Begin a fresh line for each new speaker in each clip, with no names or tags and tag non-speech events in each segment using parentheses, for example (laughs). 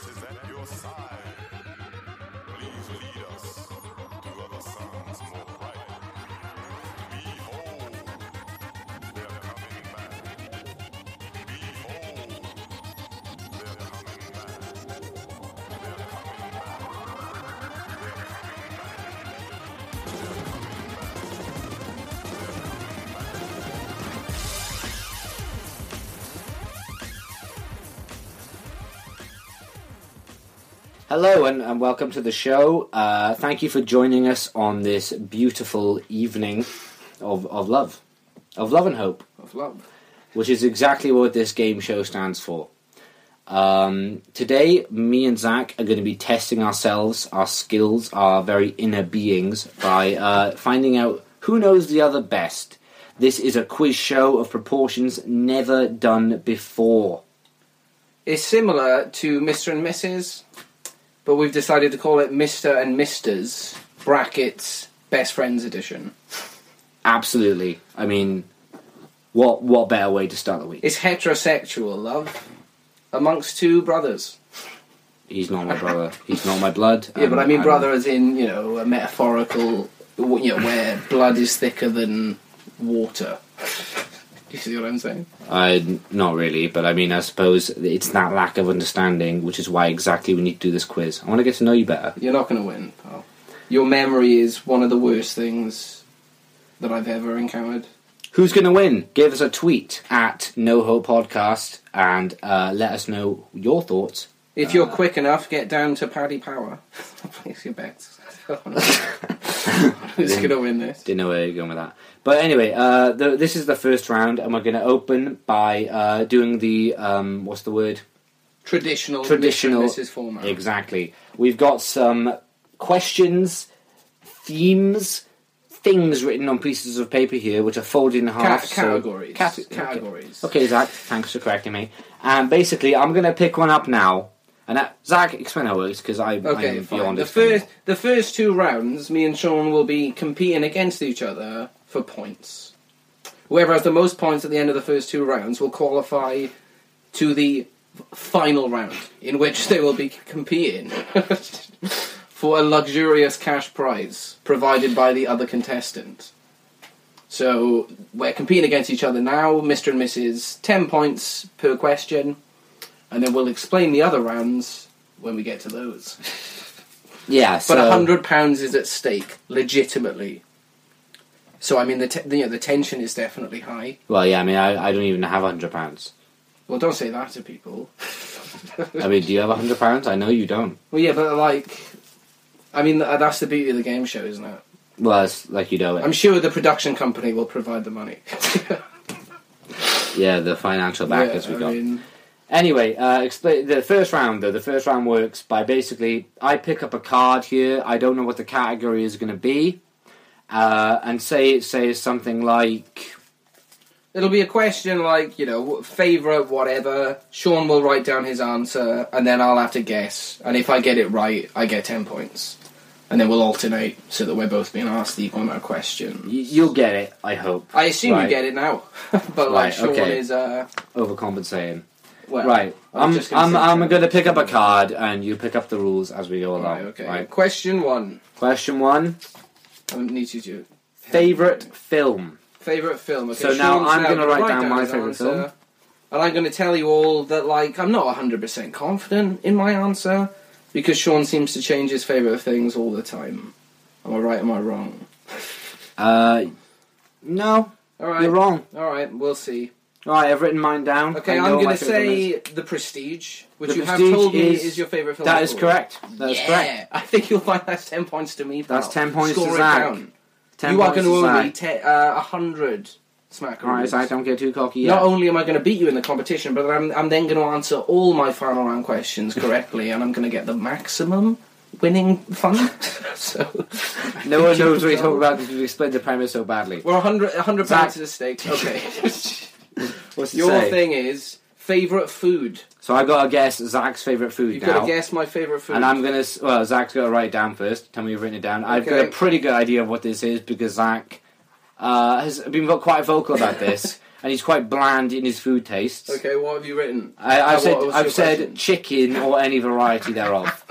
other side. Please lead us to other sounds more bright. Behold, they're coming back. Behold, they're coming back. They're coming back. They're coming back.
Hello and, and welcome to the show. Uh, thank you for joining us on this beautiful evening of, of love, of love and hope,
Of love.
which is exactly what this game show stands for. Um, today, me and Zach are going to be testing ourselves, our skills, our very inner beings by uh, finding out who knows the other best. This is a quiz show of proportions never done before.
It's similar to Mr. and Mrs., but we've decided to call it Mr. and Misters, brackets, best friends edition.
Absolutely. I mean, what what better way to start the week?
It's heterosexual love amongst two brothers.
He's not my brother. He's not my blood.
(laughs) Yeah, but
Um,
I mean brother as in, you know, a metaphorical, w- you know, where blood is thicker than water. (laughs) you see what I'm saying?
I not really, but I mean, I suppose it's that lack of understanding, which is why exactly we need to do this quiz. I want to get to know you better.
You're not going to win, pal. Your memory is one of the worst things that I've ever encountered.
Who's going to win? Give us a tweet at No Hope Podcast and uh, let us know your thoughts.
If you're quick enough, get down to Paddy Power. (laughs) Place your bets. (laughs) Who's gonna win this?
Didn't know where you were going with that. But anyway, uh, the, this is the first round, and we're going to open by uh, doing the um, what's the word?
Traditional,
Traditional-
Mr. and Mrs. format.
Exactly. We've got some questions, themes, things written on pieces of paper here, which are folded in
Ca-
half. Ah, so-
categories.
Cate- okay.
categories.
Okay. Zach. Thanks for correcting me. And basically, I'm going to pick one up now. And that, Zach, explain how it works because I'm,
Okay,
I'm
fine.
beyond
The
it from
first, the first two rounds, me and Sean will be competing against each other for points. Whoever has the most points at the end of the first two rounds will qualify to the final round, in which they will be competing (laughs) for a luxurious cash prize provided by the other contestant. So we're competing against each other now, Mr. and Mrs. 10 points per question, and then we'll explain the other rounds when we get to those. (laughs)
Yeah. So
But a hundred pounds is at stake, legitimately. So I mean, the te- you know, the tension is definitely high.
Well, yeah. I mean, I, I don't even have hundred pounds.
Well, don't say that to people. (laughs)
I mean, do you have hundred pounds? I know you don't.
Well, yeah, but like, I mean, th- that's the beauty of the game show, isn't it?
Well, it's like you know it.
I'm sure the production company will provide
(laughs)
the money.
yeah, the financial backers
Yeah,
we got.
I mean,
Anyway, uh, explain the first round though. The first round works by basically I pick up a card here. I don't know what the category is going to be, uh, and say it says something like
it'll be a question like you know, favorite whatever. Sean will write down his answer, and then I'll have to guess. And if I get it right, I get ten points. And then we'll alternate so that we're both being asked the equal amount of questions.
y- "You'll get it." I hope.
I assume
Right.
you get it now, (laughs) but
Right,
like Sean
okay.
is uh
Overcompensating.
well,
right.
I
I'm
was just gonna
I'm
say-
I'm going to pick up a card, and you pick up the rules as we go along.
Right, okay.
Right.
Question one.
Question one:
I need you to
favorite film.
favorite film. Okay,
So now
Sean's
I'm gonna
gonna
write down my
his
favourite
answer,
film.
and I'm going to tell you all that like I'm not 100 percent confident in my answer because Sean seems to change his favorite things all the time. Am I right? Am I wrong?
Uh, no,
All right.
you're wrong.
All right. We'll see.
All right, I've written mine down.
Okay,
I know
I'm
what my
going to
favourite film is.
say The Prestige, which
The
you have
Prestige
told me
is-
is your favorite film.
that is
before.
correct. That is
yeah.
correct.
I think you'll find that's 10 points to me. Pal.
That's 10 points to
Score it
Zach.
down.
10
you are
points
going to
aside.
owe me te- uh, 100 smack
All right,
awards.
so I don't get too cocky yet.
Not only am I going to beat you in the competition, but I'm, I'm then going to answer all my final round
(laughs)
questions correctly, and I'm going to get the maximum winning fund. (laughs) so
no
(laughs)
one knows what
we
you're talking about because you explained the premise so badly.
We're 100, 100
Zach.
pounds at stake.
(laughs)
Okay.
What's it
Your
say?
thing is favourite food.
So I got to guess Zach's favourite food
You've
now.
got to guess my favourite food.
And I'm going to... Well, Zach's got to write it down first. Tell me you've written it down. I've got
Okay.
a
(laughs)
pretty good idea of what this is because Zach uh, has been quite vocal about this. and he's quite bland in his food tastes.
Okay, what have you written?
I,
Uh,
I've
what
said
was your
I've said
question?
chicken or any variety
(laughs)
thereof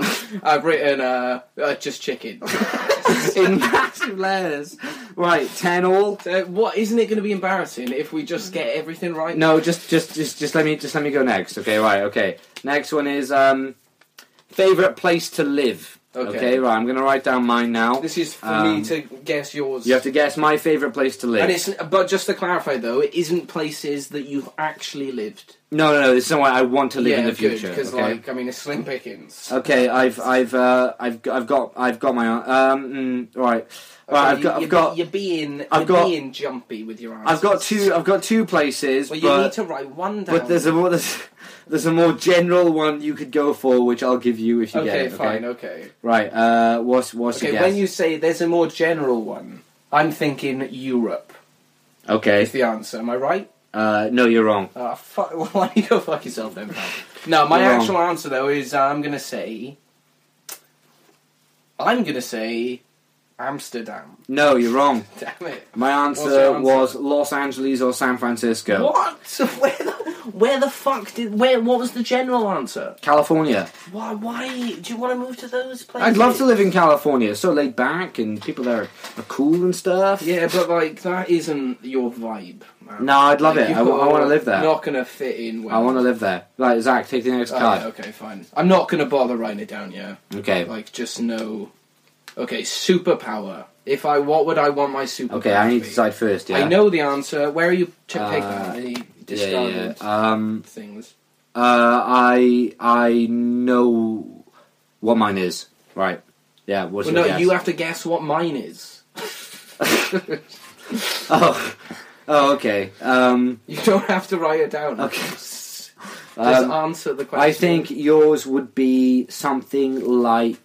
I've written uh, uh just chicken.
(laughs) in massive letters. Right, ten all.
uh, what isn't it going to be embarrassing if we just get everything right?
No, just just just just let me just let me go next. Okay, right. Okay, next one is um, favorite place to live.
Okay.
Okay, right. I'm gonna write down mine now.
This is for
Um,
me to guess yours.
You have to guess my favorite place to live.
And it's but just to clarify though, it isn't places that you've actually lived.
no, no, no. This is somewhere I want to live in the future.
because
okay?
like I mean, it's slim pickings.
Okay, I've I've uh, I've g- I've got I've got my um mm, right right I've
you-
got
you're,
I've got
you're being you're
I've got-
being jumpy with your eyes.
I've got two I've got two places,
Well, you need
but
to write one down.
but there's a more there's, there's a more general one you could go for, which I'll give you if you
okay,
get it.
fine, okay,
Right. Uh, what's what's
okay.
your guess?
When you say there's a more general one, I'm thinking Europe
Okay.
is the answer. Am I right?
Uh, no, you're wrong.
Ah, fuck. (laughs) Well, why don't you go fuck yourself then? Pal? No, my
You're wrong.
actual answer though is I'm gonna say. I'm gonna say Amsterdam. (laughs)
No, you're wrong.
Damn it.
My
your
answer,
answer?
was Los Angeles or San Francisco.
What? (laughs) Where the, where the fuck did where? What was the general answer?
California.
Why? Why do you want to move to those places?
I'd love to live in California. It's so laid back and people there are, are cool and stuff.
Yeah, but like that isn't your vibe. Man.
No, I'd love
Like,
it. I,
you're
want to live there.
Not gonna fit in. Well.
I want to live there. Like Zach, take the next
Oh,
card.
yeah, okay, fine. I'm not gonna bother writing it down. Yeah,
Okay. Okay,
like just no. Okay, superpower. If I, what would I want my superpower?
I need
be?
to decide first. Yeah.
I know the answer. Where are you? Check, take
Uh,
that. The
Yeah, yeah.
discarded
yeah. Um.
things.
Uh. I. I know what mine is. Right. Yeah. What's
Well,
your
no,
guess?
you have to guess what mine is. (laughs)
(laughs) oh. Oh. Okay. Um.
You don't have to write it down.
Okay.
(laughs) Just
um,
answer the question.
I think yours would be something like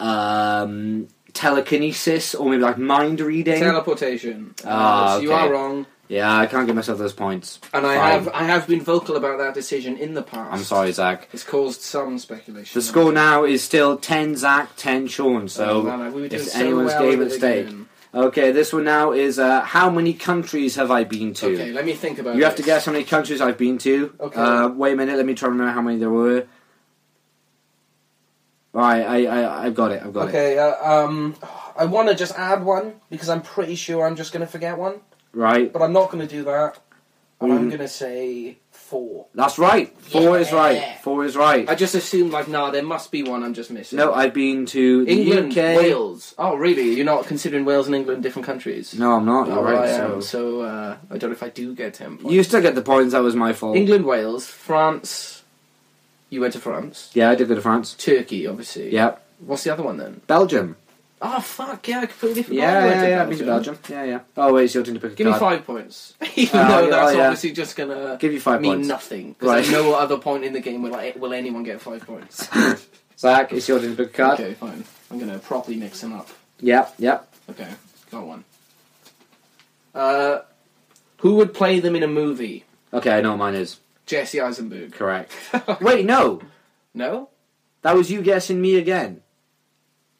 um, telekinesis or maybe like mind reading.
teleportation.
Ah,
So You
okay.
are wrong,
yeah, I can't give myself those points.
and I
Fine.
have I have been vocal about that decision in the past.
I'm sorry, Zach.
It's caused some speculation.
The score now is still 10 Zach, 10 Sean,
Oh,
so
man, we were doing
it's
so
anyone's
well
game
at
at
the
stake.
beginning.
Okay, this one now is uh, how many countries have I been to?
Okay, let me think about.
You have to
this.
guess how many countries I've been to.
Okay.
Uh, wait a minute, let me try and remember how many there were. Right, I, I, I've got it, I've got it.
Okay, uh, um, I want to just add one because I'm pretty sure I'm just going to forget one,
Right,
but I'm not going to do that. And I'm
Mm.
going to say four.
that's right. Four is
Yeah.
right. Four is right.
I just assumed like, nah, there must be one I'm just missing.
No, I've been to the
England,
UK.
Wales. Oh, really? You're not considering Wales and England different countries?
No, I'm not. You're
Oh,
right.
I
so.
am. So uh, I don't know if I do get ten points.
you still get the points. That was my fault.
England, Wales, France. You went to France.
Yeah, I did go to France.
Turkey, obviously.
Yeah,
What's the other one then?
Belgium.
Oh fuck! Yeah, Oh, I completely forgot.
Yeah,
you went
yeah,
to
yeah. I've been to Belgium. Yeah, yeah. Oh wait, it's your turn to pick a
Give me
card.
five points, (laughs) even
Uh,
though
yeah,
that's
oh, yeah.
obviously just gonna
Give you five
mean
points.
nothing. Because
Right.
at no other point in the game will I, will anyone get
(laughs)
five points.
Zach, it's your turn to pick a card.
okay, fine. I'm gonna properly mix them up.
Yeah, yeah.
Okay, got one. Uh, who would play them in a movie?
Okay, I know what mine is
Jesse Eisenberg. (laughs)
correct. wait, no,
No.
that was you guessing me again.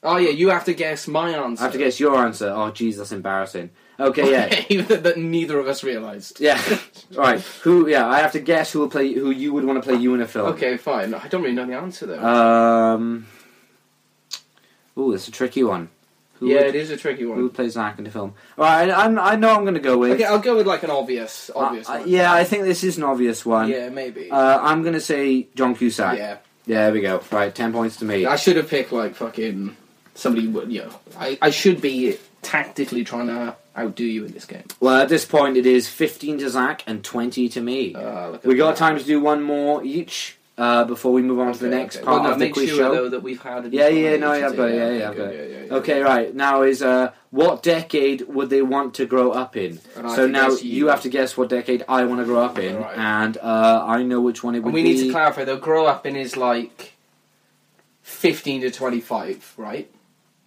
Oh yeah, you have to guess my answer.
I have to guess your answer. Oh, jeez, that's embarrassing. Okay, yeah,
(laughs) Even that neither of us realised.
yeah. (laughs) right. Who? Yeah, I have to guess who will play who you would want to play you in a film.
Okay, fine. I don't really know the answer though.
Um. Ooh, that's a tricky one. Who
yeah,
would-
it is a tricky
Who
one.
plays Zack in the film? All right, I, I'm, I know I'm going to go with.
Okay, I'll go with like an obvious,
I-
obvious.
I-
one.
Uh, yeah, I think this is an obvious one.
yeah, maybe.
Uh, I'm going to say John Cusack.
yeah,
Yeah, there we go. Right, ten points to me.
I should have picked like fucking somebody. who would- You know, I I should be tactically trying to outdo you in this game.
Well, at this point, it is 15 to Zach and 20 to me.
Uh, look at
we got
that.
time to do one more each uh, before we move on to the
Okay,
next
okay.
part
Well, no,
of the
make
quiz
sure
show.
though that we've had. a
Yeah,
decline
yeah, no,
in
yeah, I've got it. Yeah,
today.
yeah, I've got
Okay,
it.
yeah, yeah, yeah.
Okay, right now is uh, what decade would they want to grow up in?
And I have
so
to
now
guess
you.
you.
have to guess what decade I want to grow up in,
Alright.
and uh, I know which one it would
And we
be.
need to clarify though. Grow up in is like fifteen to twenty-five, right?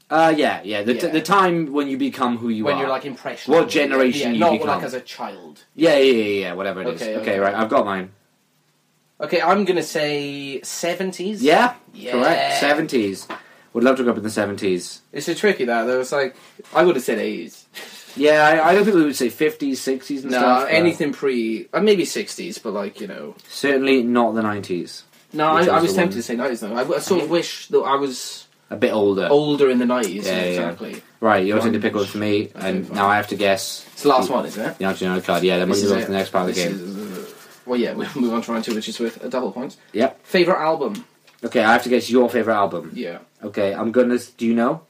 uh, yeah, yeah, the, T-
Yeah.
the time when you become who you
when
are.
you're like impressionable.
What generation
Yeah,
you
not
become.
like as a child.
yeah, yeah, yeah, yeah, whatever it is.
Okay,
Okay,
okay.
right, I've got mine.
Okay, I'm gonna say seventies.
Yeah,
Yeah.
correct. Seventies. Would love to grow up in the seventies.
It's a tricky that though. It's like I would have said eighties.
Yeah, I, I don't think we would say 50s, 60s and
No,
stuff. but
anything pre, uh, maybe sixties, but like you know.
Certainly not the 90s.
No, I,
Which
I
was
was
the
tempted
one-
to say nineties though. I, I sort of wish that I was
A bit older.
older in the nineties.
Yeah, yeah.
exactly.
Right, you're taking the
Orange.
pick one for me,
Okay,
and
fine.
now I have to guess.
It's the last
the-
one, isn't it?
The answer to another card. Yeah, then we're
This
going to go
is
on
it.
to the next part of the
This
game.
is- uh, well, yeah, we move on to round two, which is with a double point.
Yep.
Favorite album?
Okay, I have to guess your favourite album.
Yeah,
Okay, I'm going to. Do you know?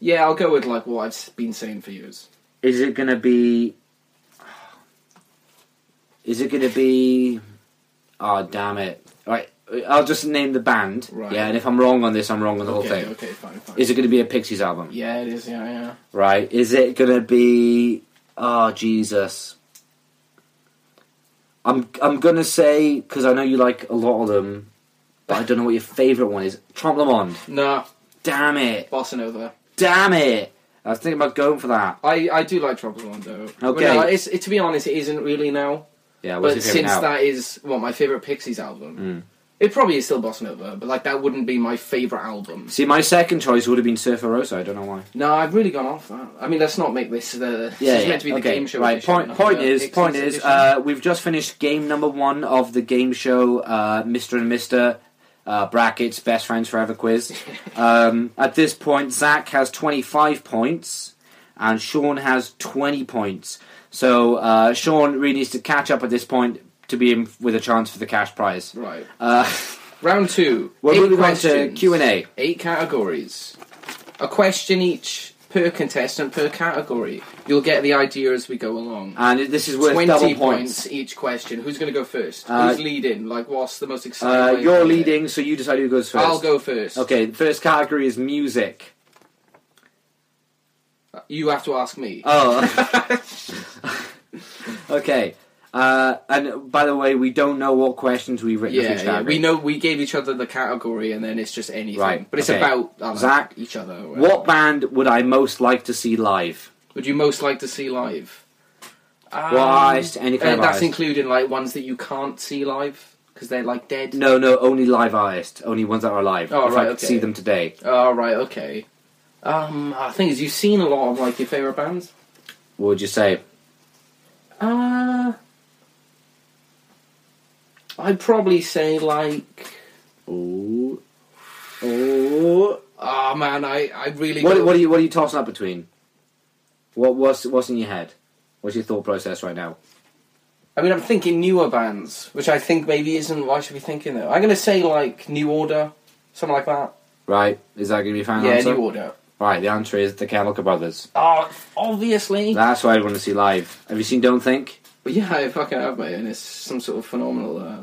yeah. I'll go with like what I've s- been saying for years.
Is it going to be. Is it going to be. Oh, damn it. Right, I'll just name the band.
Right.
Yeah, and if I'm wrong on this, I'm wrong on the
okay,
whole thing.
okay, fine, fine.
Is it going to be a Pixies album?
yeah, it is. Yeah, yeah.
Right. Is it gonna be? Oh Jesus. I'm I'm gonna say because I know you like a lot of them, but I don't know what your favorite one is. Trompe Le Monde.
No,
Damn it!
Bossa Nova.
Damn it! I was thinking about going for that.
I, I do like Trouble on though. But
Okay.
no, it's, it, to be honest, it isn't really now.
Yeah, what's
But
your
since
favorite Mm. now?
that is what my favorite Pixies album, it probably is still Bossa Nova. But like that wouldn't be my favorite album.
See, my second choice would have been Surfer Rosa. I don't know why.
No, I've really gone off that. I mean, let's not make this the.
Yeah,
this is
yeah,
meant to be the
okay,
game show.
Right.
edition,
Point,
not
point
the
is,
Pixies
point is,
edition.
uh, we've just finished game number one of the game show, uh, Mister and Mister uh, brackets best friends forever
(laughs)
quiz. um, at this point, Zach has twenty five points, and Sean has twenty points. So uh, Sean really needs to catch up at this point to be in with a chance for the cash prize.
right.
Uh, (laughs)
Round two.
we're
Eight
moving on to
questions.
Q and A.
Eight categories. A question each per contestant per category. You'll get the idea as we go along.
And this is Uh, worth
20
double
points.
points.
each question. Who's going to go first?
Uh,
Who's leading? Like, what's the most exciting?
Uh,
way of
you're
doing it?
leading, so you decide who goes 1st
I'll go first.
Okay, the first category is music.
You have to ask me. (laughs)
Oh. (laughs) okay. Uh, and by the way, we don't know what questions we've written for
yeah,
each
yeah.
category.
we know we gave each other the category, and then it's just anything.
Right,
But it's
okay.
about uh,
Zach,
each other. or whatever.
What band would I most like to see live?
would you most like to see live? Um,
Well, artist, any kind
uh,
of
that's
artist.
including like ones that you can't see live because they're like dead.
no, no, only live artists. Only ones that are alive.
Oh,
if I
right,
could
okay.
see them today.
Oh, right, okay. Um, uh, thing is, you've seen a lot of like your favorite bands.
What would you say?
Uh, I'd probably say like,
Ooh. Ooh.
oh man, I I really
What,
go-
what, are you, what are you tossing up between? What, what's, what's in your head? What's your thought process right now?
I mean, I'm thinking newer bands, which I think maybe isn't what I should be thinking though. I'm gonna say like New Order, something like that.
Right? Is that going to be a fan
yeah,
answer?
New Order.
Right, the answer is the Candlelight Brothers.
Oh, obviously.
That's what I want to see live. Have you seen Don't Think?
But yeah, I fucking have, mate, and it's some sort of phenomenal. Uh...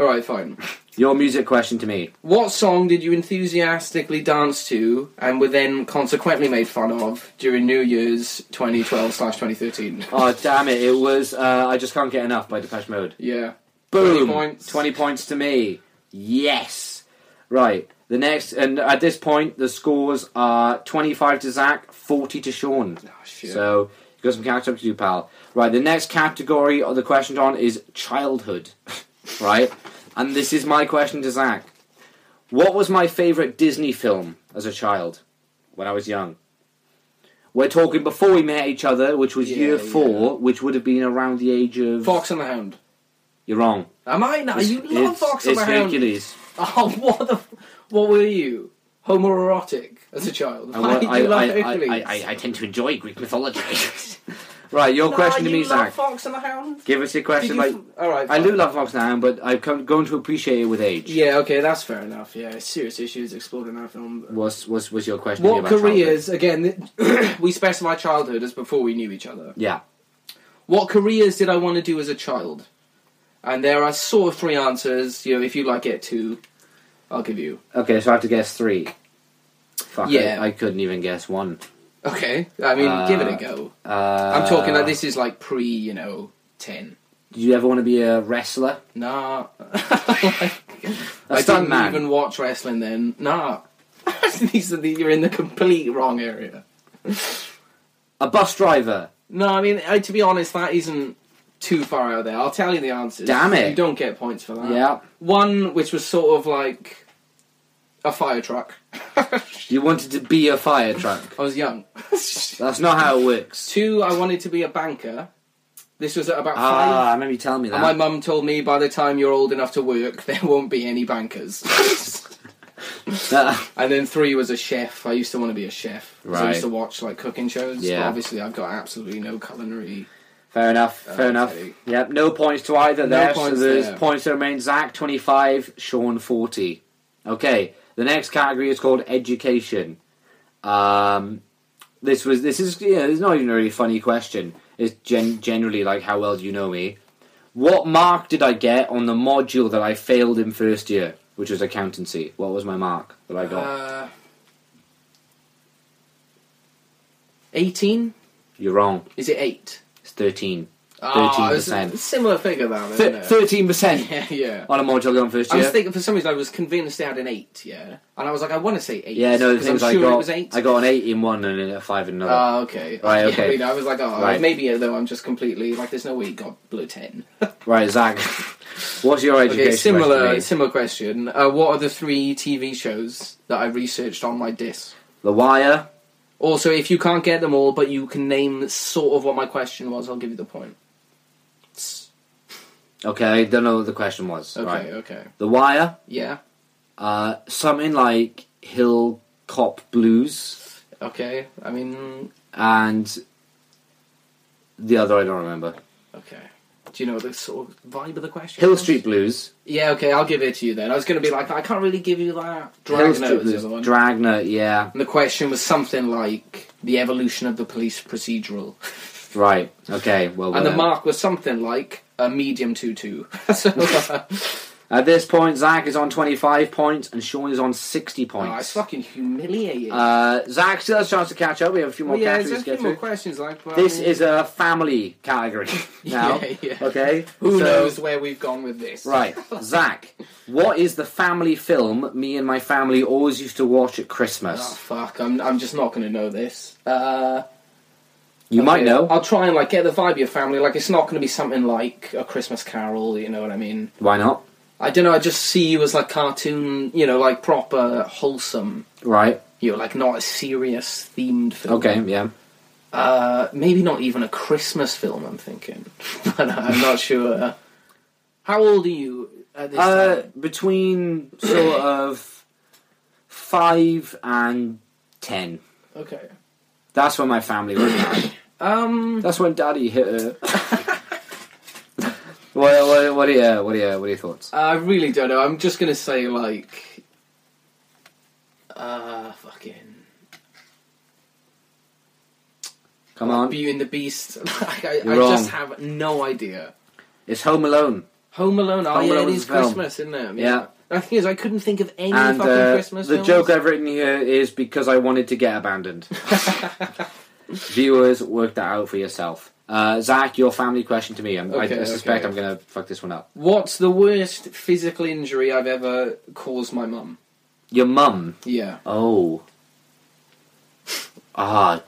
All right, fine.
Your music question to me.
What song did you enthusiastically dance to and were then consequently made fun of during New Year's 2012 slash
(laughs)
2013?
Oh, damn it. It was uh, I Just Can't Get Enough by Depeche Mode.
Yeah.
Boom. 20
points.
points. to me. Yes. Right. The next, and at this point, the scores are 25 to Zach, 40 to Sean.
Oh, shit.
So, you got some catch up to do, pal. Right, the next category of the question on is childhood. (laughs) right? And this is my question to Zach. What was my favourite Disney film as a child when I was young? We're talking before we met each other, which was
Yeah,
year
yeah.
four, which would have been around the age of.
Fox and the Hound.
You're wrong.
Am I now? You
It's-
love
it's-
Fox and
It's
the Hound. (laughs)
Hercules.
Oh, what the? f- What were you? Homoerotic as a child.
I,
Why
wa-
did you
I,
love
I,
Hercules?
I, I, I tend to enjoy Greek mythology. (laughs) right, your
Nah,
question to
you
me,
love
Zach.
Fox and the Hound.
Give us your
Did
question.
you
Like,
f- all right.
I do
fine.
love Fox now, but I've come, grown to appreciate it with age.
Yeah. Okay. That's fair enough. Yeah. Serious issues explored in that film.
Was was was your question?
What
about childhood?
careers? Again, (coughs) we specify childhood as before we knew each other.
Yeah.
What careers did I want to do as a child? And there are sort of three answers. You know, if you like it, two. I'll give you.
Okay, so I have to guess three. Fuck.
Yeah.
I, I couldn't even guess one.
Okay. I mean,
Uh,
give it a go.
Uh,
I'm talking like this is like pre, you know, ten.
Do you ever want to be a wrestler?
Nah. (laughs) like, I didn't
stuntman.
even watch wrestling then. Nah. (laughs) These are the, you're in the complete wrong area.
A bus driver.
No, I mean, I, to be honest, that isn't too far out there. I'll tell you the answers.
Damn it.
Uh. You don't get points for that.
Yeah.
One which was sort of like a fire truck. (laughs)
You wanted to be a fire truck.
I was (laughs) young.
That's not how it works.
Two, I wanted to be a banker. This was at about
Ah, I
five.
remember you telling me that.
And my mum told me by the time you're old enough to work, (laughs) there won't be any bankers. (laughs)
That-
and then three was a chef. I used to want to be a chef. 'Cause I
Right.
used to watch like cooking shows. But
Yeah.
obviously, I've got absolutely no culinary.
fair enough.
Uh,
Fair enough.
okay.
Yep. No points to either there.
points
so there's
there.
points that remain. Zach twenty five, Sean forty. Okay. The next category is called education. Um, this was this is yeah. It's not even a really funny question. It's gen- generally like how well do you know me? What mark did I get on the module that I failed in first year, which was accountancy? What was my mark that I got?
Uh, 18?
You're wrong.
Is it 8?
It's thirteen.
Ah, it's a
13%.
Similar figure, that, isn't it?
Thirteen percent
(laughs) Yeah, yeah.
on a module going first
I
year.
was thinking for some reason I was convinced they had an eight, yeah, and I was like, I want to say eight.
Yeah, no, the
'cause
things
I'm
I
sure
got,
it was eight.
I got an eight in one and a five in another.
Ah, okay.
Right,
(laughs) Yeah,
okay.
I, mean, I was like, oh,
Right.
maybe though I'm just completely like, there's no way you got blue ten.
right, Zach, (laughs) what's your education?
okay, similar,
question, mate?
similar question. Uh, what are the three TV shows that I researched on my disc?
The Wire.
Also, if you can't get them all, but you can name sort of what my question was, I'll give you the point.
Okay, I don't know what the question was.
Okay,
Right,
okay,
The Wire.
yeah,
Uh, something like Hill Cop Blues
okay. I mean,
and the other I don't remember.
okay. Do you know the sort of vibe of the question?
Hill
was?
Street Blues.
Yeah, okay, I'll give it to you then. I was going to be like, I can't really give you that.
Hill
Dragnet
Street
was the
Blues.
other one.
Dragnet. Yeah.
and the question was something like the evolution of the police procedural, (laughs)
Right. Okay. Well.
and the
whatever.
mark was something like a medium two two. (laughs) so uh,
At this point, Zach is on twenty-five points and Sean is on sixty
oh, it's
points.
fucking humiliating.
Uh, Zach still has a chance to catch up. We have a few more
yeah,
categories
there's a
to get
few more
through.
questions like. But um,
This
I (laughs) mean,
is a family
(laughs)
category (laughs) now.
Yeah, yeah.
Okay.
who
so-
knows where we've gone with this. (laughs)
Right, Zach. What is the family film me and my family always used to watch at
Oh
Christmas?
fuck! I'm I'm just not going to know this. Uh,
you might
okay,
know.
I'll try and like get the vibe of your family. Like it's not going to be something like a Christmas Carol. You know what I mean?
Why not?
I don't know. I just see you as like cartoon, you know, like proper wholesome.
Right.
You're like not a serious themed film.
Okay. Yeah.
Uh, maybe not even a Christmas film. I'm thinking, (laughs) but I'm not sure. How old are you at this
Uh,
time?
between sort of five and ten.
Okay.
That's when my family
(coughs)
was mad.
Um.
That's when Daddy hit her. (laughs) what, what, what are your what are your what are your thoughts?
I really don't know. I'm just gonna say like, uh, fucking
Come on,
Beauty and the Beast. (laughs) like, I,
You're
I just
wrong.
have no idea.
it's Home Alone.
Home Alone. Oh
Home
yeah,
Alone
it
was
is
a film.
Christmas, isn't it?
Yeah.
The thing is, I couldn't think of any
and
fucking
uh,
Christmas.
the
films.
joke I've written here is because I wanted to get
(laughs)
abandoned. Viewers, work that out for yourself. Uh, Zach, your family question to me. I'm, I- I,
Okay,
suspect
okay.
I'm going to fuck this one up.
(laughs) What's the worst physical injury I've ever caused my mum?
Your mum.
Yeah.
Oh. (laughs) Ah.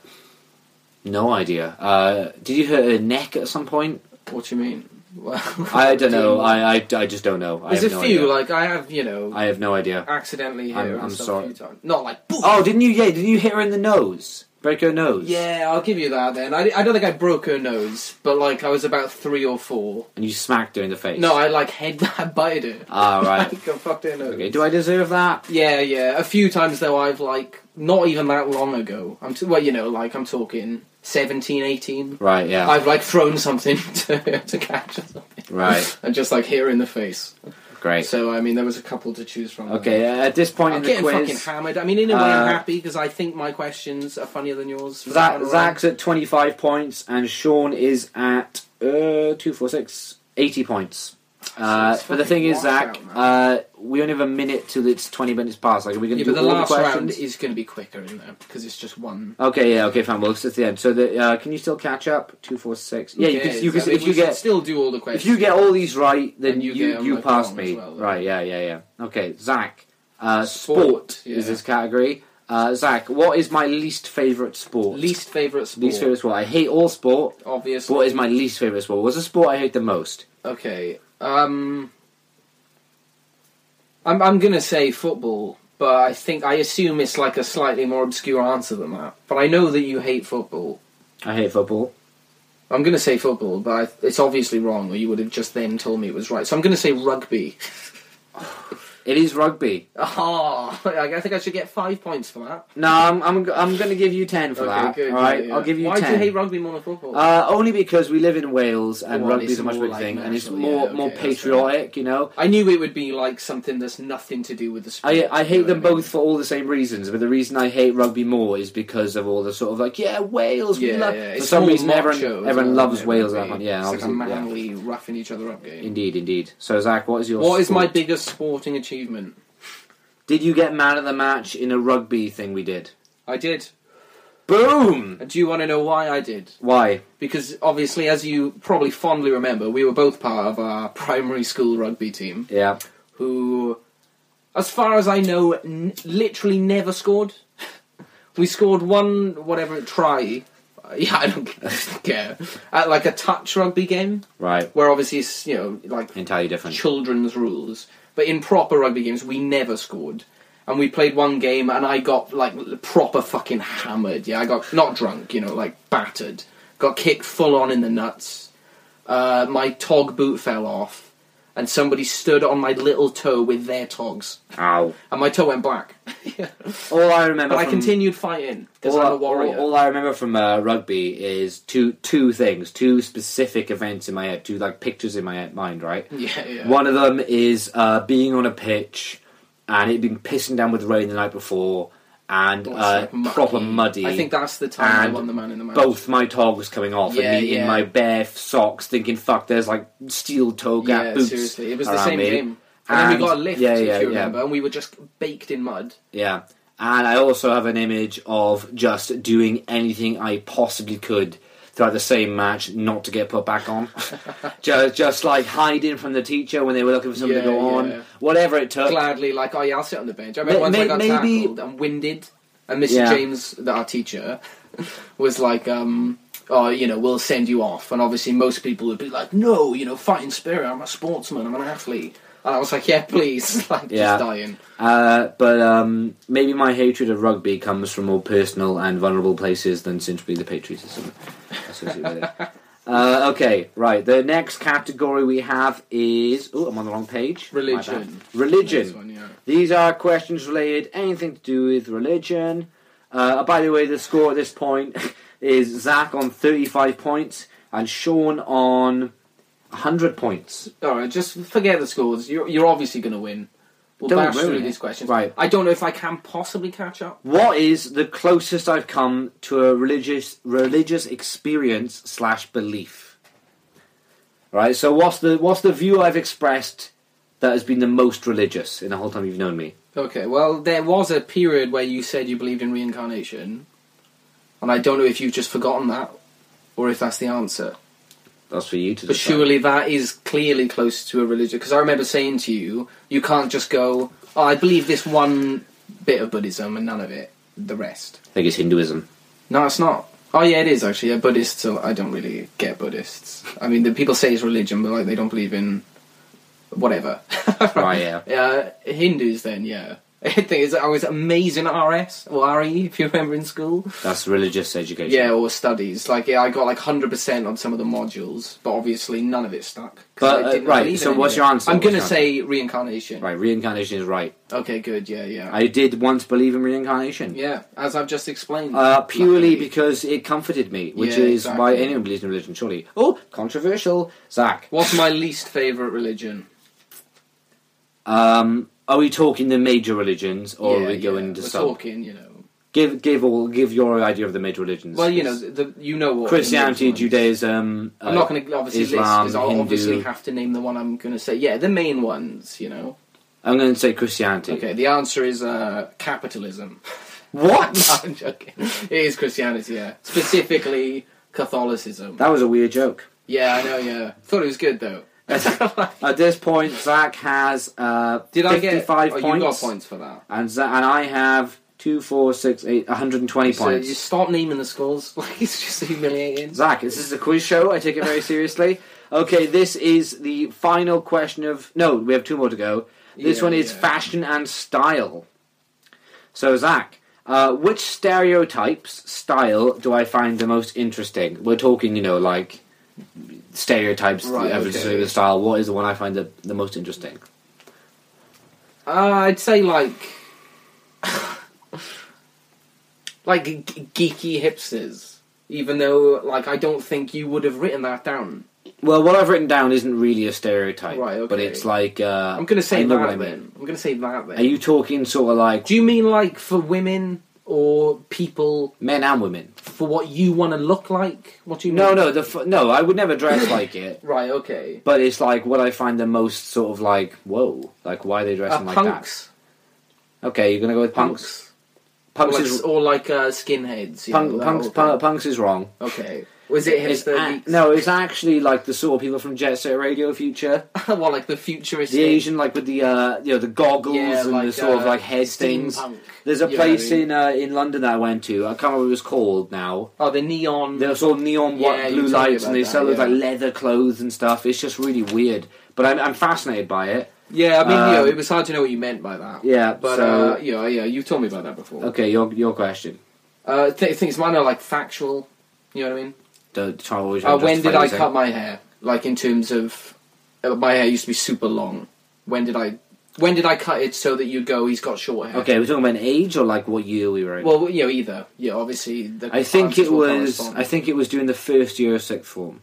no idea. Uh, did you hurt her neck at some point?
What do you mean?
(laughs) I don't know. I, I, I just don't know. I
There's
have
a
no
few.
idea.
Like I have, you know,
I have no idea.
accidentally hit
I'm-
her and
I'm
stuff
sorry.
a few times. Not like. Boom!
Oh, didn't you? Yeah, didn't you hit her in the nose? Break her nose?
Yeah, I'll give you that then. I, I don't think I broke her nose, but like I was about three or four.
And you smacked her in the face?
No, I like head (laughs) I bited her.
Ah, right.
Like, I fucked her nose.
okay, do I deserve that?
Yeah, yeah. A few times though, I've like not even that long ago. I'm t- well, you know, like I'm talking 17, 18.
Right, yeah.
I've like thrown something (laughs) to to catch or something,
Right,
and just like hit her in the face.
great.
So I mean, there was a couple to choose from.
okay, uh, at this point
I'm
in the
getting fucking
quiz,
hammered. I mean, in a way, I'm
Uh,
happy because I think my questions are funnier than yours. for
Zach,
that one
Zach's at 25 points and Sean is at uh, 246, 80 points. Uh,
it's
but the thing
fucking
is, Zach,
washed out,
uh, we only have a minute till it's 20 minutes past. Like, are we going to
Yeah,
do
but the
all
last
the
round
questions?
is going to be quicker, isn't it? Because it's just one.
Okay, yeah, okay, fine. Well, it's at the end. So, the, uh, can you still catch up? 246. Yeah, you
Yes,
can, you
I
can,
mean,
if
we
you
should
get
still do all the questions.
If you get all these right, then
And you
you you,
get like
pass
wrong
me.
as well, then.
right? Yeah, yeah, yeah. Okay, Zach. Uh, sport,
Sport,
is
yeah.
this category. Uh, Zach, what is my least favorite sport?
least favorite sport,
least favorite sport. I hate all sport.
obviously.
What is my least favorite sport? What's the sport I hate the most?
Okay, um, I'm I'm going to say football but I think I assume it's like a slightly more obscure answer than that. But I know that you hate football.
I hate football.
I'm going to say football, but I, it's obviously wrong, or you would have just then told me it was right. So I'm going to say rugby.
It is rugby.
Ah, (laughs) I think I should get five points for that.
No, I'm I'm, I'm going to give you ten for that. all right,
yeah, yeah.
I'll give you
Why
ten.
do you hate rugby more than football?
uh, only because we live in Wales and
Oh, well,
rugby's
it's
a much
more
bigger
like
thing, and it's
national,
more
yeah,
more
okay, that's
patriotic. You know,
I knew it would be like something that's nothing to do with the sport.
I I
you
hate
know
them
what I mean?
both for all the same reasons, but the reason I hate rugby more is because of all the sort of like yeah Wales. we
Yeah,
love.
yeah,
For
it's
some
more
reason,
macho
everyone
as
everyone
well,
loves
isn't it,
Wales that
rugby?
much. Yeah,
it's like a
obviously, yeah.
manly roughing each other up game.
Indeed, indeed. So Zach, what is your?
What is my
sport?
biggest sporting achievement?
Did you get man of the match in a rugby thing we did?
I did.
Boom.
And do you want to know why I did?
Why?
Because obviously, as you probably fondly remember, we were both part of our (laughs) primary school rugby team,
Yeah.
who, as far as I know, n- literally never scored. We scored one, whatever, try. (laughs) Uh, Yeah, I don't (laughs) care. At like a touch rugby game,
Right.
where obviously it's, you know, like
Entirely different.
children's rules. But in proper rugby games, we never scored. And we played one game, and I got like l- proper fucking hammered. Yeah, I got not drunk, you know, like battered. Got kicked full on in the nuts. Uh, my tog boot fell off, and somebody stood on my little toe with their togs,
Ow.
and my toe
(laughs)
went black.
All I remember.
But I
from-
continued fighting because
all,
I'm
I-
a warrior.
all- all I remember from uh, rugby is two two things, two specific events in my head, two like pictures in my head, mind. Right.
(laughs) yeah, yeah.
One of them is uh, being on a pitch, and it been pissing down with rain the night before, and
It's,
uh,
like, mucky.
proper muddy.
I think that's the time I
And
won the man in the match.
both my togs coming off
Yeah,
and me
yeah.
in my bare socks thinking fuck there's like steel toe gap
yeah,
boots
seriously, it was the
around
same
me.
game. And, then we
And-
got a lift,
yeah,
if
yeah,
you
yeah.
remember, and we were just baked in mud.
Yeah. And I also have an image of just doing anything I possibly could throughout the same match not to get put back
(laughs)
on. just, just like hiding from the teacher when they were looking for something to
Yeah,
go on.
yeah.
Whatever it took.
Gladly, like, oh yeah, I'll sit on the bench. I remember
Ma-
once I
ma-
got
maybe-
tackled and winded, and Mrs.
Yeah.
James, the- our teacher, (laughs) was like, um, oh, you know, we'll send you off. And obviously, most people would be like, no, you know, fighting spirit, I'm a sportsman, I'm an athlete. And I was like, yeah, (laughs) please, like,
Yeah.
just dying.
Uh, but um, maybe my hatred of rugby comes from more personal and vulnerable places than simply the patriotism associated with
(laughs)
it. Uh, okay, right. The next category we have is. Oh, I'm on the wrong page. My bad.
Religion. This
Religion.
one, yeah.
These are questions related anything to do with religion. Uh, by the way, the score at this point (laughs) is Zach on 35 points and Sean on 100 points.
All right, just forget the scores. You're, you're obviously going to win. We'll
Don't
bash
ruin
through
it.
these questions.
Right.
I don't know if I can possibly catch up.
What is the closest I've come to a religious religious experience slash belief? Right. So what's the what's the view I've expressed that has been the most religious in the whole time you've known me?
Okay, well, there was a period where you said you believed in reincarnation, and I don't know if you've just forgotten that or if that's the answer.
That's for you to.
But
decide.
surely that is clearly close to a religion, because I remember saying to you, you can't just go, oh, I believe this one bit of Buddhism and none of it, the rest.
I think it's Hinduism.
No, it's not. Oh, yeah, it is actually. Yeah, Buddhists, so I don't really get Buddhists. I mean, the people say it's religion, but like they don't believe in whatever.
(laughs) Right.
(laughs)
Yeah.
Uh, Hindus, then, yeah. (laughs) I think it's, I was amazing at RS or RE, if you remember in school.
That's religious education.
Yeah, or studies. Like, yeah, I got like 100% on some of the modules, but obviously none of it stuck. 'cause
But,
I
uh,
didn't
right,
believe in
so
any
what's
of
your
it.
answer?
I'm
What's
going to
your answer?
say reincarnation.
Right. Reincarnation is right.
Okay, good, yeah, yeah.
I did once believe in reincarnation.
yeah, as I've just explained.
Uh, purely
luckily.
because it comforted me, which
Yeah,
is why
exactly.
anyone believes in religion, surely. Oh, controversial. Zach.
What's my least favourite religion?
Um, are we talking the major religions, or
Yeah,
are we
yeah,
going to
We're
some?
talking, you know.
Give give all give your idea of the major religions.
Well, you know,
It's
the, the, you know what. the
Christianity,
major ones.
Judaism.
I'm
uh,
not going to obviously
Islam,
list because I'll obviously
Hindu.
have to name the one I'm going to say. Yeah, the main ones, you know.
I'm going to say Christianity.
Okay, the answer is uh, capitalism. (laughs)
What?
I'm joking. It is Christianity, yeah. Specifically Catholicism.
that was a weird joke.
(laughs) yeah, I know, yeah. Thought it was good though.
At this point, Zach has uh,
Did I get
fifty-five
oh,
points,
You got points for that.
and Za and I have two, four, six, eight, 120
So
points.
you stop naming the scores. (laughs) Like it's just humiliating.
Zach, this is a quiz show. I take it very seriously. Okay, this is the final question of. No, we have two more to go. This
Yeah,
one is
yeah.
fashion and style. So, Zach, uh, which stereotypes style do I find the most interesting? We're talking, you know, like stereotypes
Right,
right, of
okay.
the style. What is the one I find the, the most interesting?
Uh, I'd say like like g- geeky hipsters. Even though, like, I don't think you would have written that down.
Well, what I've written down isn't really a stereotype,
Right,
but
okay.
it's like uh,
I'm gonna say
I know
that
what I
then.
mean.
I'm gonna say that then.
Are you talking sort of like
Do you mean like for women or people
men and women?
for what you want to look like? What do you
No,
mean?
no, the f- no. I would never
(clears throat)
dress like it.
Right. Okay.
But it's like what I find the most sort of like, whoa, like why are they dressing
Uh,
like
punks.
that? Okay, you're gonna go with punks. Punks,
Punks. or like,
is
or like uh, skinheads. You know,
punk,
that
punks,
whole
pu-
thing.
punks is wrong.
Okay. Was it
It's
hipster?
a-
geeks? (laughs)
no, it's actually like the sort of people from Jet Set Radio Future,
what like the futuristic?
the Asian, like with the uh, you know the goggles
Yeah,
and
like,
the sort of
uh,
like head things.
steampunk.
There's a
You know
place
what I mean?
in uh, in London that I went to. I can't remember what it was called now.
Oh, the neon.
There was all neon
Yeah,
white
you
blue
told me
lights, and
about
they
that,
sell those
yeah.
like leather clothes and stuff. It's just really weird, but I'm, I'm fascinated by it.
Yeah, I mean, you know,
Um,
it was hard to know what you meant by that.
Yeah,
But,
so-
uh, yeah, yeah, you've told me about that before.
Okay, your your question.
Uh, th- things mine are, like, factual, you know what I mean?
Don't try always.
Uh, when did I cut my hair? Like, in terms of, uh, my hair used to be super long. When did I, when did I cut it so that you go, he's got short hair?
Okay, we're talking about an age or like what year we were in.
Well, you know, either. Yeah, obviously. The
I think
answers
it
will
was.
correspond.
I think it was during the first year of sixth form.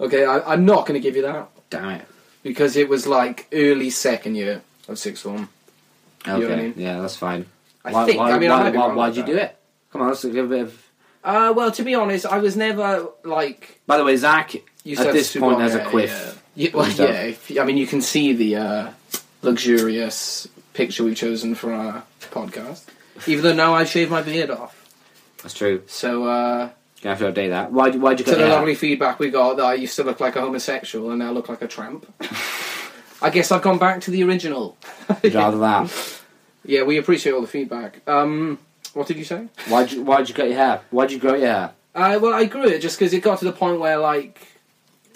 okay, I, I'm not going to give you that
Damn it.
because it was, like, early second year of sixth form. know
Okay.
what I mean?
Yeah, that's fine.
I think. I mean, I
why,
might be
why,
wrong
why'd
with
you
that.
do it? Come on, let's give a bit of.
Uh, well, to be honest, I was never, like,
By the way, Zach
You
at
said
this
Subaru,
point has a
yeah,
quiff.
Yeah, Yeah, well,
and stuff.
yeah. If, I mean, you can see the uh, luxurious picture we've chosen for our podcast. Even though now I shaved my beard off,
That's true.
so uh,
Gonna have to update that. Why? Why'd you
to
cut
the
your hair?
lovely feedback we got that I used to look like a homosexual and now look like a
(laughs)
tramp. I guess I've gone back to the original. (laughs)
You'd rather that.
Yeah, we appreciate all the feedback. Um, what did you say?
Why'd you, Why'd you cut your hair? Why'd you grow your hair?
Uh, well, I grew it just because it got to the point where, like,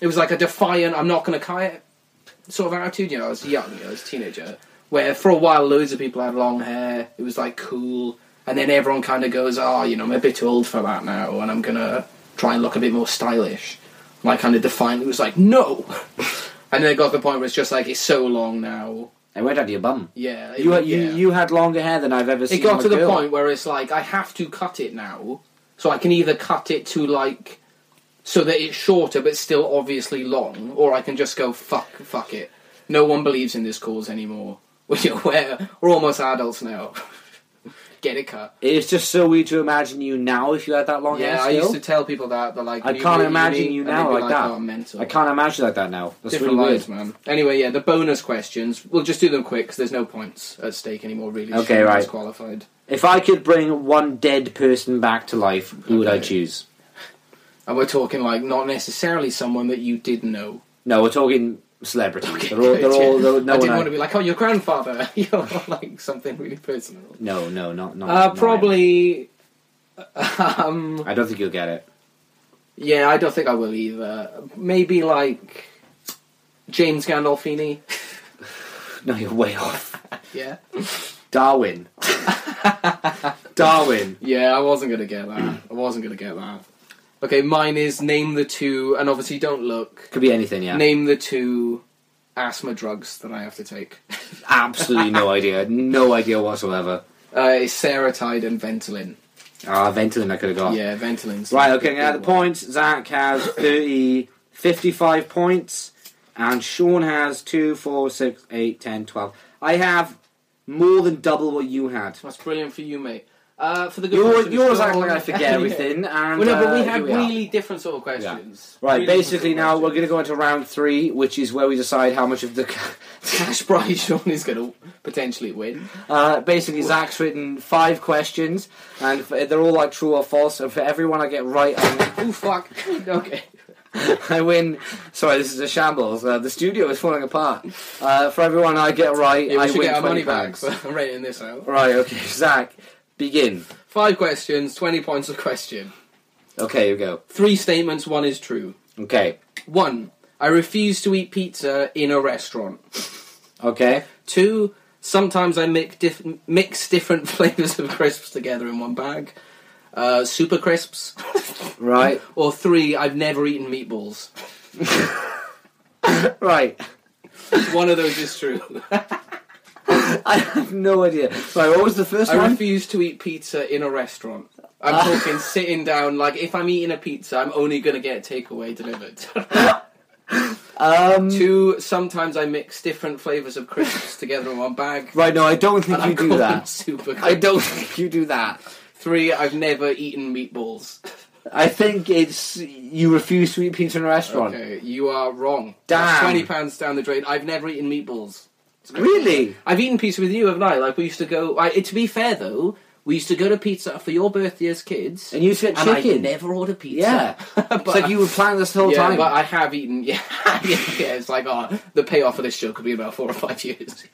it was like a defiant, I'm not going to cut it sort of attitude. You know, I was young, you know, I was a teenager, where for a while loads of people had long hair. It was, like, cool. And then everyone kind of goes, oh, you know, I'm a bit too old for that now, and I'm going to try and look a bit more stylish. And I kind of defiantly was like, no! (laughs) and then it got to the point where it's just like, it's so long now.
It went out of your bum.
Yeah. it-
You, you
yeah.
you had longer hair than I've ever
It
seen. on
got
a
to the
girl.
point where it's like I have to cut it now, so I can either cut it to like so that it's shorter but still obviously long, or I can just go fuck fuck it. No one believes in this cause anymore. (laughs) We're, we're, we're almost adults now. (laughs) Get it cut.
It's just so weird to imagine you now if you had that long hair.
Yeah, I
Oh, still.
used to tell people that, but like
I
when you
can't
were at
imagine
uni,
you
and
now
they'd be
like that.
"Oh, I'm mental."
I can't imagine like that now. That's
Different
really
lives,
weird.
man. Anyway, yeah, the bonus questions. We'll just do them quick because there's no points at stake anymore. Really,
Okay,
Sean's
right.
Qualified.
If I could bring one dead person back to life, who would I
Okay.
choose?
And we're talking like not necessarily someone that you did know.
No, we're talking celebrities. (laughs) they're all. They're all they're, no
(laughs) I
one.
didn't
I-
want to be like, oh, your grandfather. (laughs) you know, like something really personal.
No, Oh, no, not not.
Uh,
not
probably. (laughs) um,
him. I don't think you'll get it. (laughs)
Yeah, I don't think I will either. Maybe like James Gandolfini. (laughs)
No, you're way off.
yeah. (laughs)
Darwin. Darwin.
Yeah, I wasn't gonna get that.
Mm.
I wasn't gonna get that. Okay, mine is name the two, and obviously don't look.
Could be anything. Yeah.
Name the two asthma drugs that I have to take. (laughs)
Absolutely no idea. No idea whatsoever.
Uh, it's Seratide and Ventolin.
Ah, Ventolin. I could have got.
Yeah, Ventolin's
Right, okay, now
Yeah,
the points. Zach
(coughs)
has 30, 55 points, and Sean has 2, 4, 6, 8, 10, 12. I have more than double what you had.
That's brilliant for you, mate. Uh, for the good
Yours,
fortune of
yours
Sean-
act like I
Yeah.
forget
(laughs)
everything, and
Well, no, but we
uh,
had
here we are.
really different sort of questions.
Right,
Really
basically
different
now we're
sort of
going to go into round three, which is where we decide how much of the...
questions. cash prize Sean is going to potentially win.
(laughs) Uh, basically, Zach's written five questions, and f- they're all like true or false, and for everyone I get right, I
Oh fuck! (laughs) okay.
(laughs) I win. Sorry, this is a shambles. Uh, the studio is falling apart. Uh, for everyone I get right,
Yeah, we
I
should
win
get our
20
money back
bags.
for (laughs) rating this out.
right, okay, (laughs) Zach, begin.
Five questions, twenty points a question.
Okay, you go.
Three statements, one is true.
Okay,
One, I refuse to eat pizza in a restaurant.
okay,
Two, Sometimes I make diff- mix different (laughs) flavors of crisps together in one bag. Uh, super crisps,
Right,
or three. I've never eaten meatballs.
right. (laughs)
One of those is true.
I have no idea. Sorry, what was the first
I
one?
refuse to eat pizza in a restaurant.
(laughs)
I'm talking sitting down. Like if I'm eating a pizza, I'm only gonna get takeaway
(laughs)
delivered.
um,
Two. Sometimes I mix different flavors of crisps together in one bag.
right, no, I don't think
And I
you
(laughs)
do
call them
that.
Super.
I
crisps.
don't (laughs) think you do that.
Three. I've never eaten meatballs.
I think it's you refuse to eat pizza in a restaurant.
Okay, you are wrong.
Damn.
That's Twenty pounds down the drain. I've never eaten meatballs.
Really?
I've eaten pizza with you, haven't I? Like we used to go. I, to be fair though, we used to go to pizza for your birthday as kids,
And you said
and I
chicken.
never order pizza. (laughs)
yeah.
but
it's like you were planning this the whole
yeah,
time.
but I have eaten. (laughs) Yeah, yeah, yeah, it's like oh, the payoff for this show could be about four or five years.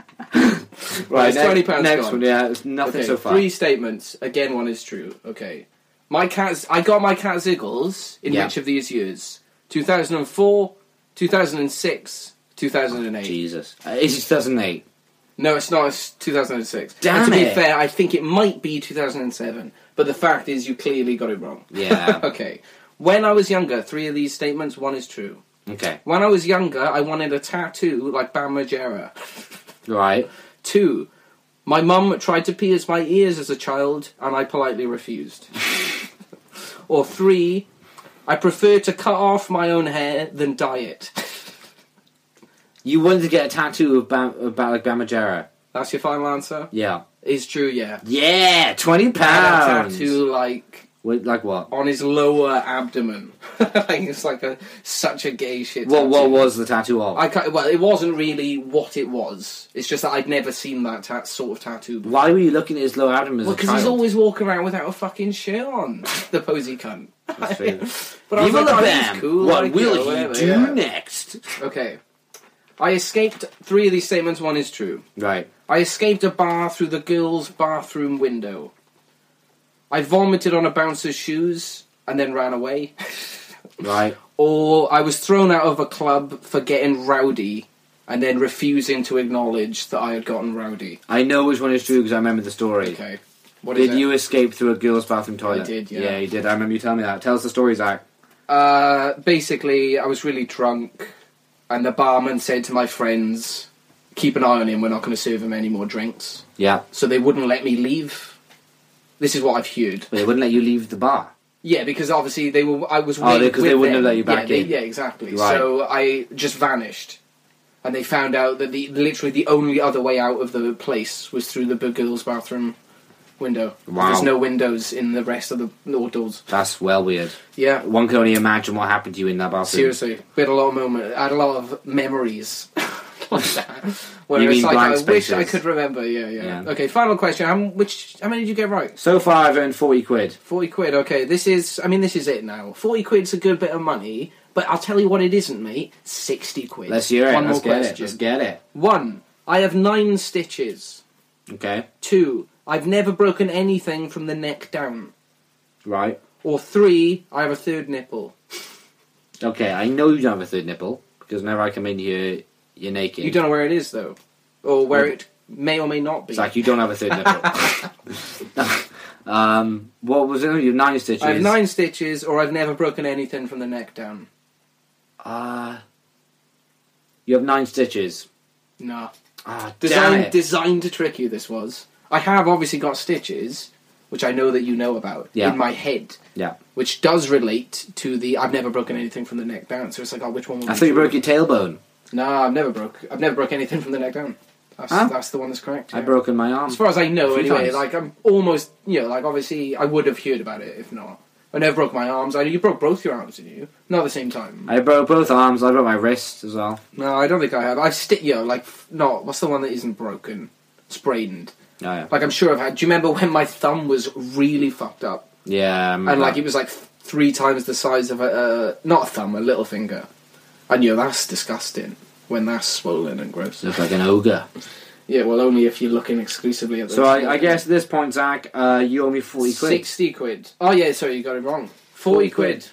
right,
it's 20 pounds
Next
gone.
one, yeah, it's (laughs) nothing
Okay,
so far.
three statements. Again, one is true. Okay, my cat's. I got my cat Ziggles in
Yeah.
which of these years? Two thousand and four, two thousand and six, two thousand and eight.
Jesus, uh, it's 2008.
No, it's not. It's 2006.
Damn
and to be
it.
fair, I think it might be 2007. But the fact is, you clearly got it wrong.
Yeah.
(laughs) okay. When I was younger, three of these statements, one is true.
okay.
When I was younger, I wanted a tattoo like Bam Margera.
Right.
Two, my mum tried to pierce my ears as a child, and I politely refused.
(laughs)
or three, I prefer to cut off my own hair than dye it.
You wanted to get a tattoo of Bam, of Balak Bamajara.
That's your final answer?
Yeah.
It's true, yeah.
Yeah, 20
And a
pounds.
tattoo like
Wait, like what?
on his lower abdomen. (laughs) like it's like a such a gay shit.
What, what
tattoo.
was the tattoo of?
I can well, it wasn't really what it was. It's just that I'd never seen that ta- sort of tattoo. before.
Why were you looking at his low abdomen as
Well,
a
because
child?
he's always walking around without a fucking shirt on. (laughs) the posy cunt. (laughs)
That's true.
But I was
Evil
like,
of
oh,
them.
he's cool.
what
like,
will
yeah,
he
whatever,
do
yeah.
next?
Okay. I escaped. Three of these statements. One is true.
Right.
I escaped a bar through the girls' bathroom window. I vomited on a bouncer's shoes and then ran away. (laughs)
Right.
or I was thrown out of a club for getting rowdy and then refusing to acknowledge that I had gotten rowdy.
I know which one is true because I remember the story.
Okay. What is
Did
it?
you escape through a girl's bathroom toilet?
did, yeah.
Yeah, you did. I remember you telling me that. Tell us the story, Zach.
Uh, basically, I was really drunk, and the barman said to my friends, "Keep an eye on him. We're not going to serve him any more drinks."
Yeah.
So they wouldn't let me leave. This is what I've heard.
But they wouldn't let you leave the bar.
Yeah, because obviously they were. I was.
Oh, they-
with-
'cause they
with
wouldn't have
them.
let you back
yeah, they-
in.
yeah, exactly.
Right.
So I just vanished, and they found out that the literally the only other way out of the place was through the big girls' bathroom window.
Wow.
There's no windows in the rest of the or doors.
That's well weird.
Yeah.
One can only imagine what happened to you in that bathroom.
Seriously, we had a lot of moment. I had a lot of memories. (laughs) like that. Where
You
it's
mean
like I
blank
wish I
spaces.
could remember. Yeah, yeah.
Yeah.
Okay, final question. How, m- which how many did you get right?
So far, I've earned 40 quid.
Forty quid. Okay, this is. I mean, this is it now. Forty quid's a good bit of money, but I'll tell you what it isn't, mate. Sixty quid.
Let's hear it.
One
Let's
more
get it.
question.
Let's get it.
One. I have nine stitches.
Okay.
Two. I've never broken anything from the neck down.
Right.
Or three. I have a third nipple.
Okay, I know you don't have a third nipple because whenever I come in here, you're naked.
You don't know where it is though, or where
Well-
it may or may not
Mm.
be.
It's like you don't have a third nipple.
(laughs)
um, what was it? You have nine stitches.
I have nine stitches, or I've never broken anything from the neck down.
Uh, you have nine stitches.
Nah.
Ah, damn
Designed,
it.
designed to trick you, this was. I have obviously got stitches, which I know that you know about,
Yeah.
in my head,
yeah,
which does relate to the I've never broken anything from the neck down. So it's like, oh, which one was
I thought you broke your tailbone.
Nah, I've never broke. I've never broke anything from the neck down. That's,
Huh?
that's the one that's correct.
I
yeah.
broken my arm.
As far as I know,
A few
anyway,
times.
like I'm almost, you know, like obviously I would have heard about it if not. I never broke my arms. I you broke both your arms, didn't you? Not at the same time.
I broke both arms. I broke my wrist as well.
No, I don't think I have. I've still, you know, like, f- not, what's the one that isn't broken? Sprained.
Oh, yeah,
Like, I'm sure I've had. Do you remember when my thumb was really fucked up?
yeah. I remember
And, like,
that.
it was, like, th- three times the size of a, uh, not a thumb, a little finger. And, you know, that's disgusting when that's swollen and gross.
looks like an ogre.
Yeah, well, only if you're looking exclusively at the.
So I, I guess at this point, Zach, uh, you owe me forty quid.
60 quid. Oh, yeah, sorry, you got it wrong. 40
40
quid.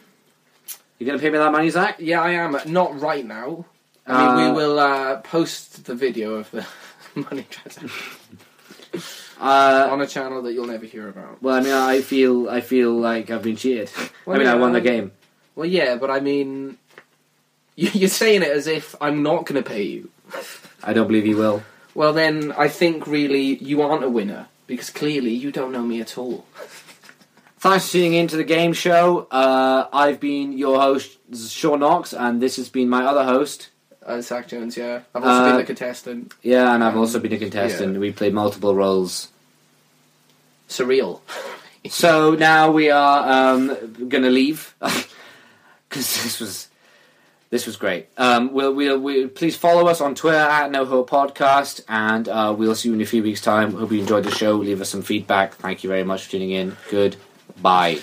You gonna pay me that money, Zach?
Yeah, I am. Not right now. I
Uh,
mean, we will uh, post the (laughs) video of the. money transactions
Uh,
on a channel that you'll never hear about.
well, I mean, I feel I feel like I've been cheated. (laughs)
Well,
I mean, I won the
um,
game.
Well, yeah, but I mean, (laughs) you- you're saying it as if I'm not going to pay you.
I don't believe you will.
Well, then I think really you aren't a winner because clearly you don't know me at all.
Thanks for tuning in to the game show. Uh, I've been your host, Sean Knox, and this has been my other host.
Uh, Zach Jones, yeah. I've also
Uh,
been the contestant.
Yeah, and I've also been a contestant. We played multiple roles.
Surreal.
So now we are um, gonna leave (laughs) because this was this was great. Um, we'll, we'll, we'll please follow us on Twitter at No Hope Podcast, and uh, we'll see you in a few weeks' time. Hope you enjoyed the show. Leave us some feedback. Thank you very much for tuning in. Goodbye.